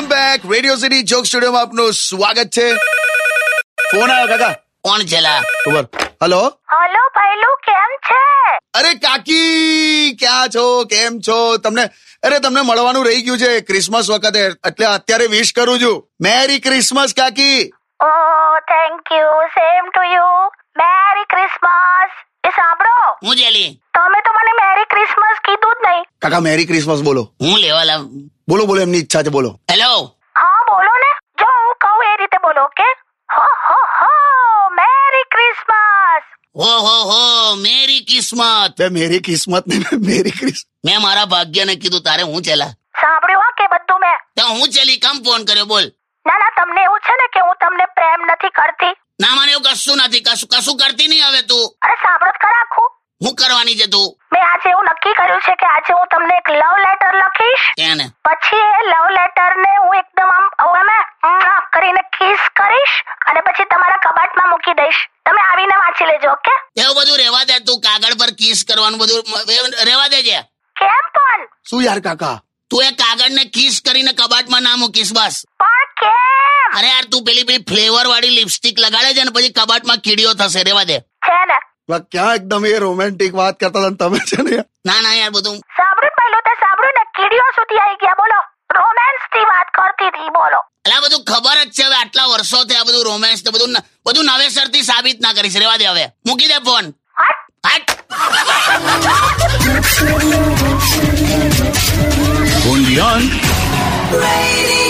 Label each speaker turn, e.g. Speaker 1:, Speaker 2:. Speaker 1: Radio city joke સ્ટુડિયોમાં આપનું સ્વાગત છે ફોન આવ્યો કાકા
Speaker 2: કોણ છેલા
Speaker 1: ખબર હલો
Speaker 3: હલો ભાઈલું કેમ છે
Speaker 1: અરે કાકી ક્યાં છો કેમ છો તમને અરે તમને મળવાનું રહી ગયું છે ક્રિસમસ વખતે એટલે અત્યારે વિશ કરું છું મેરી ક્રિસમસ કાકી
Speaker 3: ઓ thank you same to you merry Christmas એ સાંભળો
Speaker 2: હું જેલી
Speaker 3: તમે તો મને મેરી ક્રિસમસ કીધું જ નહીં
Speaker 1: કાકા મેરી ક્રિસમસ બોલો
Speaker 2: હું લેવા લાવ
Speaker 1: બોલો બોલો એમની ઈચ્છા છે બોલો
Speaker 2: હેલો
Speaker 3: હા બોલો ને જો હું કહું એ રીતે બોલો કે હો હો હો મેરી ક્રિસમસ
Speaker 2: હો હો હો મેરી કિસ્મત
Speaker 1: બે મેરી કિસ્મત ને મેરી ક્રિસ
Speaker 2: મેં મારા ભાગ્યને કીધું તારે હું છેલા
Speaker 3: સાંભળ્યું હા કે બધું મેં
Speaker 2: તો હું છેલી કેમ ફોન કર્યો બોલ
Speaker 3: ના ના તમને એવું છે ને કે હું તમને પ્રેમ નથી કરતી
Speaker 2: ના મને એવું કશું નથી કશું કશું કરતી નહીં હવે તું
Speaker 3: અરે સાંભળો તો ખરા આખું
Speaker 2: હું કરવાની છે તું
Speaker 3: મેં આજે એવું નક્કી કર્યું છે કે આજે હું તમને એક લવ લેટર લખીશ
Speaker 2: એને
Speaker 3: પછી એ લવ લેટર ને હું એકદમ આમ આમ એમ મ્વા કરીને કિસ કરીશ અને પછી તમારા કબાટમાં મૂકી દઈશ તમે આવીને વાંચી લેજો ઓકે
Speaker 2: એવું બધું રહેવા દે તું કાગળ પર કિસ કરવાનું બધું મ- એ રહેવા દેજે
Speaker 3: કેમ પણ
Speaker 1: શું યાર કાકા
Speaker 2: તું એ કાગળને કિસ કરીને કબાટમાં ના મૂકીશ બસ
Speaker 3: પણ કેમ
Speaker 2: અરે યાર તું પેલી પેલી ફ્લેવર વાળી લિપસ્ટિક લગાડે છે ને પછી કબાટમાં કીડીઓ થશે રહેવા દે
Speaker 3: છે ને
Speaker 1: વા, ક્યાં એકદમ એ રોમેન્ટિક વાત કરતા હતા ને તમે છે ને યાર.
Speaker 2: ના ના યાર બધું
Speaker 3: સાંભળ્યું પહેલું તે સાંભળ્યું ને કીડીઓ સુધી આવી ગયા બોલો રોમેન્સ થી વાત કરતી હતી બોલો
Speaker 2: અલા બધું ખબર જ છે હવે આટલા વર્ષો થયા બધું રોમેન્સ ને બધું ન- બધું નવેસરથી સાબિત ના કરીશ રહેવા દે હવે મૂકી દે ફોન
Speaker 3: હટ
Speaker 2: હટ
Speaker 4: Undian.
Speaker 3: Radio